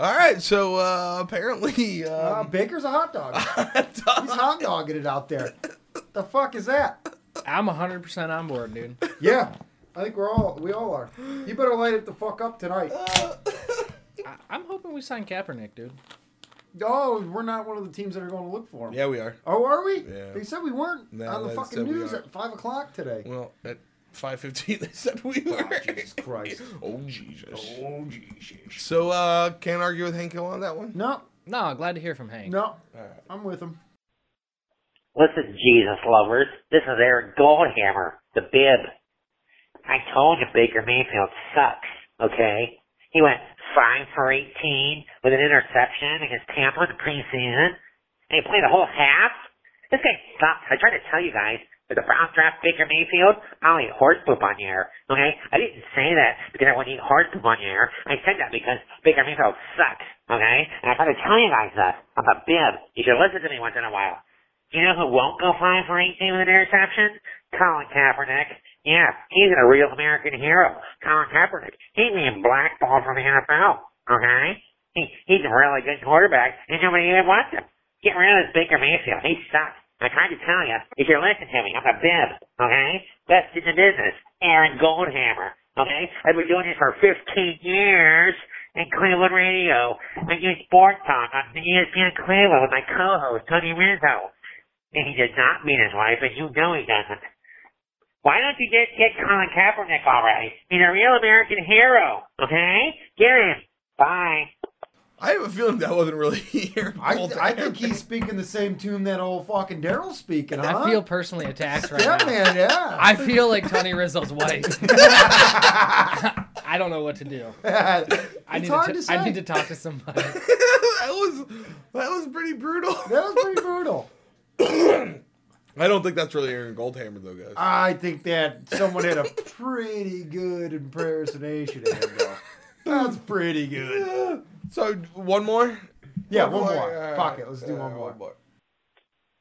B: All right, so uh, apparently,
C: Uh,
B: um,
C: Baker's a hot dog. He's hot dogging it out there. The fuck is that?
D: I'm 100 percent on board, dude.
C: Yeah, I think we're all we all are. You better light it the fuck up tonight.
D: I, I'm hoping we sign Kaepernick, dude.
C: Oh, we're not one of the teams that are going to look for him.
B: yeah, we are.
C: Oh, are we?
B: Yeah.
C: They said we weren't
B: No,
C: on the
B: they
C: fucking
B: said we
C: news
B: aren't.
C: at five o'clock today. Oh,
B: Well, at five fifteen, they said we were.
C: Jesus Christ.
B: Oh Jesus. Oh Jesus. So uh, can't argue with Hank Hill on that one.
C: No,
D: No, glad to hear from Hank.
C: no, I'm with him.
F: Listen, Jesus lovers, this is Eric Goldhammer, the bib. I told you Baker Mayfield sucks, okay? He went 5 for 18 with an interception against Tampa in the preseason, and he played the whole half? This guy sucks. I tried to tell you guys, that the Browns draft Baker Mayfield, I'll eat horse poop on your air, okay? I didn't say that because I want to eat horse poop on your air. I said that because Baker Mayfield sucks, okay? And I tried to tell you guys that. I'm a bib. You should listen to me once in a while. You know who won't go five for 18 with an interception? Colin Kaepernick. Yeah, he's a real American hero. Colin Kaepernick. He's being blackballed from the NFL. Okay? He, he's a really good quarterback, and nobody even wants him. Get rid of this Baker Mayfield. He sucks. I tried to tell you, if you're listening to me, I'm a bib. Okay? Best in the business. Aaron Goldhammer. Okay? I've been doing this for 15 years in Cleveland radio. I do sports talk on E ESPN Cleveland with my co-host, Tony Rizzo. And he does not mean his wife, and you know he doesn't. Why don't you just get Colin Kaepernick already? He's a real American hero, okay? Get him. Bye.
B: I have a feeling that wasn't really here.
C: I, I think he's speaking the same tune that old fucking Daryl's speaking. Huh?
D: I feel personally attacked right
C: yeah,
D: now.
C: man. Yeah.
D: I feel like Tony Rizzo's wife. I don't know what to do. I
C: it's
D: need
C: hard
D: to,
C: to
D: t-
C: say.
D: I need to talk to somebody.
B: that was that was pretty brutal.
C: That was pretty brutal.
B: I don't think that's really Aaron Goldhammer though, guys.
C: I think that someone had a pretty good impersonation of him, though. That's pretty good.
B: so one more.
C: Yeah, one
B: All
C: more.
B: right.
C: Fuck it. Let's do
B: Uh,
C: one more.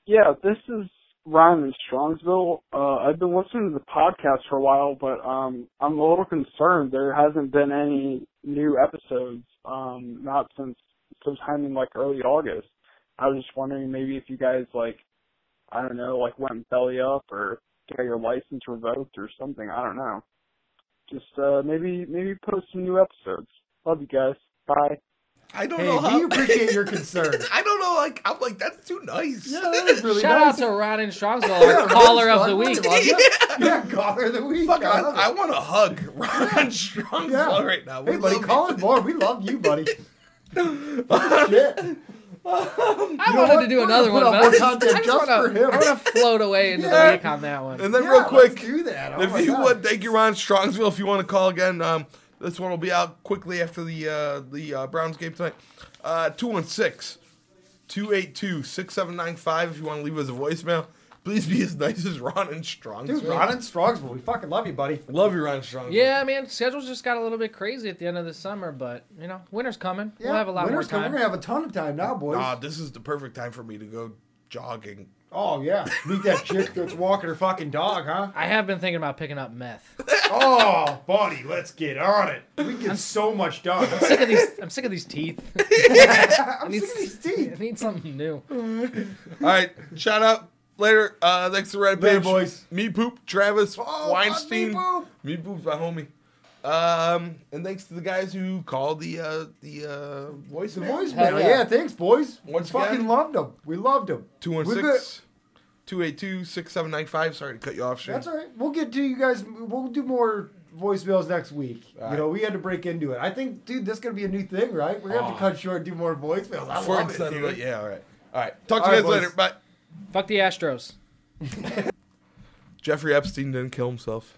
G: Yeah, this is Ryan in Strongsville. Uh, I've been listening to the podcast for a while, but um, I'm a little concerned. There hasn't been any new episodes, um, not since sometime in like early August. I was just wondering maybe if you guys like, I don't know, like went belly up or got your license revoked or something. I don't know. Just uh, maybe maybe post some new episodes. Love you guys. Bye.
B: I don't know
C: Hey,
B: how.
C: we appreciate your concern.
B: I don't know. Like I'm like that's too nice.
C: Yeah, that is really
D: Shout
C: nice.
D: out to Ron and Strongsville, our caller of the week.
C: Yeah, yeah caller of the week.
B: Fuck, I,
C: I love it.
B: I want to hug Ron Strong
C: yeah.
B: right now.
C: Hey,
B: We
C: buddy,
B: love
C: call
B: you.
C: it more. We love you, buddy. Shit.
D: I
C: know
D: wanted
C: what?
D: to do
C: We're
D: another one,
C: gonna
D: but
C: put
D: I
C: up
D: just,
C: more content
D: I just
C: just
D: wanna,
C: for him.
D: I wanna float away into
B: Yeah.
D: the week on that one.
B: And then
C: Yeah,
B: real quick,
C: let's do that. Oh my
B: if you
C: God.
B: would, thank you, Ron Strongsville. If you want to call again, um, this one will be out quickly after the uh, the uh, Browns game tonight. Uh, 216 282 6795 if you want to leave us a voicemail. Please be as nice as Ron and Strong.
C: Dude, Ron and Strongsville, we fucking love you, buddy.
B: Love you, Ron Strong.
D: Yeah, man, schedules just got a little bit crazy at the end of the summer, but you know, winter's coming. we'll have a lot
C: winter's
D: more
C: coming.
D: time.
C: We're gonna have a ton of time now, boys.
B: Nah, this is the perfect time for me to go jogging.
C: Oh yeah, meet that chick that's walking her fucking dog, huh?
D: I have been thinking about picking up meth.
C: Oh, buddy, let's get on it. We can get so much done.
D: I'm sick of these. I'm sick of these teeth.
C: I'm sick of these
D: I
C: teeth.
D: need something new.
B: All right, shout out later. Uh, thanks to Red
C: Later,
B: Page,
C: boys. Oh,
B: Me Poop, Travis
C: fuck,
B: Weinstein.
C: Me Poop.
B: Me Poop's my homie. Um, and thanks to the guys who called the uh, the uh, voice
C: The
B: of
C: voicemail,
D: Hell yeah.
C: yeah. thanks, boys.
B: Once
C: we fucking
B: again-
C: loved them. We loved them. We've been-
B: 216 282 6795. Sorry to cut you off, Shane.
C: That's all right. We'll get to you guys. We'll do more voicemails next week. you
B: right.
C: know, we had to break into it. I think, dude, this is gonna be a new thing, right? We're gonna have to cut short and do more voicemails. I
B: For
C: love it,
B: instead of
C: dude.
B: the- yeah, all right. All right. Talk to
C: All
B: you
C: right,
B: guys
C: boys.
B: later. Bye.
D: Fuck the Astros.
B: Jeffrey Epstein didn't kill himself.